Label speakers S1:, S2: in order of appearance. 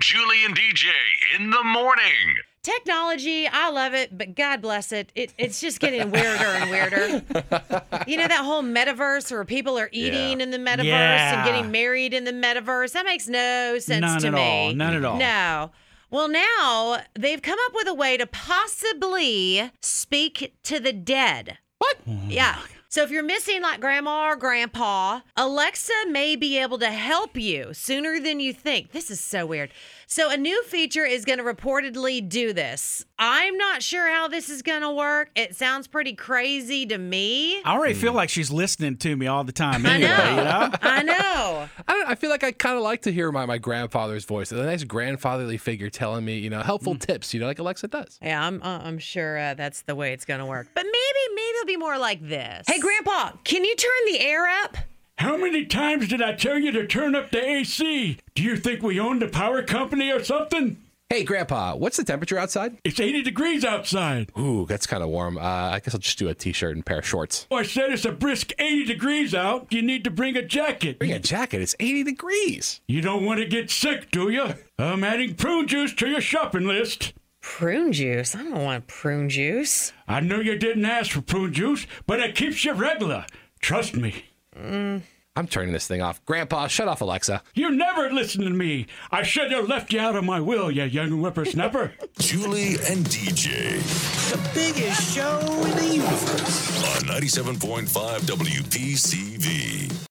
S1: Julie and DJ in the morning.
S2: Technology, I love it, but God bless it. it it's just getting weirder and weirder. you know, that whole metaverse where people are eating in the metaverse and
S3: Yeah.
S2: getting married in the metaverse. That makes no sense
S3: None
S2: to
S3: at
S2: me.
S3: all. None at all.
S2: No. Well, now they've come up with a way to possibly speak to the dead. What? Yeah. So if you're missing like grandma or grandpa, Alexa may be able to help you sooner than you think. This is so weird. So a new feature is going to reportedly do this. I'm not sure how this is going to work. It sounds pretty crazy to me.
S3: I already feel like she's listening to me all the time.
S2: I
S3: Anyway,
S2: know.
S3: you know?
S2: I know.
S4: I, don't, I feel like I kind of like to hear my, my grandfather's voice, a nice grandfatherly figure telling me, you know, helpful tips, you know, like Alexa does.
S2: Yeah, I'm uh, I'm sure uh, that's the way it's going to work. But maybe maybe it'll be more like this. Hey, Grandpa, can you turn the air up?
S5: How many times did I tell you to turn up the AC? Do you think we own the power company or something?
S4: Hey, Grandpa, what's the temperature outside?
S5: It's 80 degrees outside. Oh,
S4: Ooh, that's kind of warm. Uh, I guess I'll just do a t-shirt and a pair of shorts.
S5: I said it's a brisk 80 degrees out. You need to bring a jacket.
S4: Bring a jacket. It's 80 degrees.
S5: You don't want to get sick, do you? I'm adding prune juice to your shopping list.
S2: Prune juice? I don't want prune juice.
S5: I know you didn't ask for prune juice, but it keeps you regular. Trust me.
S4: I'm turning this thing off. Grandpa, shut off Alexa.
S5: You never listen to me. I should have left you out of my will, you young whippersnapper.
S6: Julie and DJ
S7: the biggest show in the universe.
S6: on 97.5 WPCV.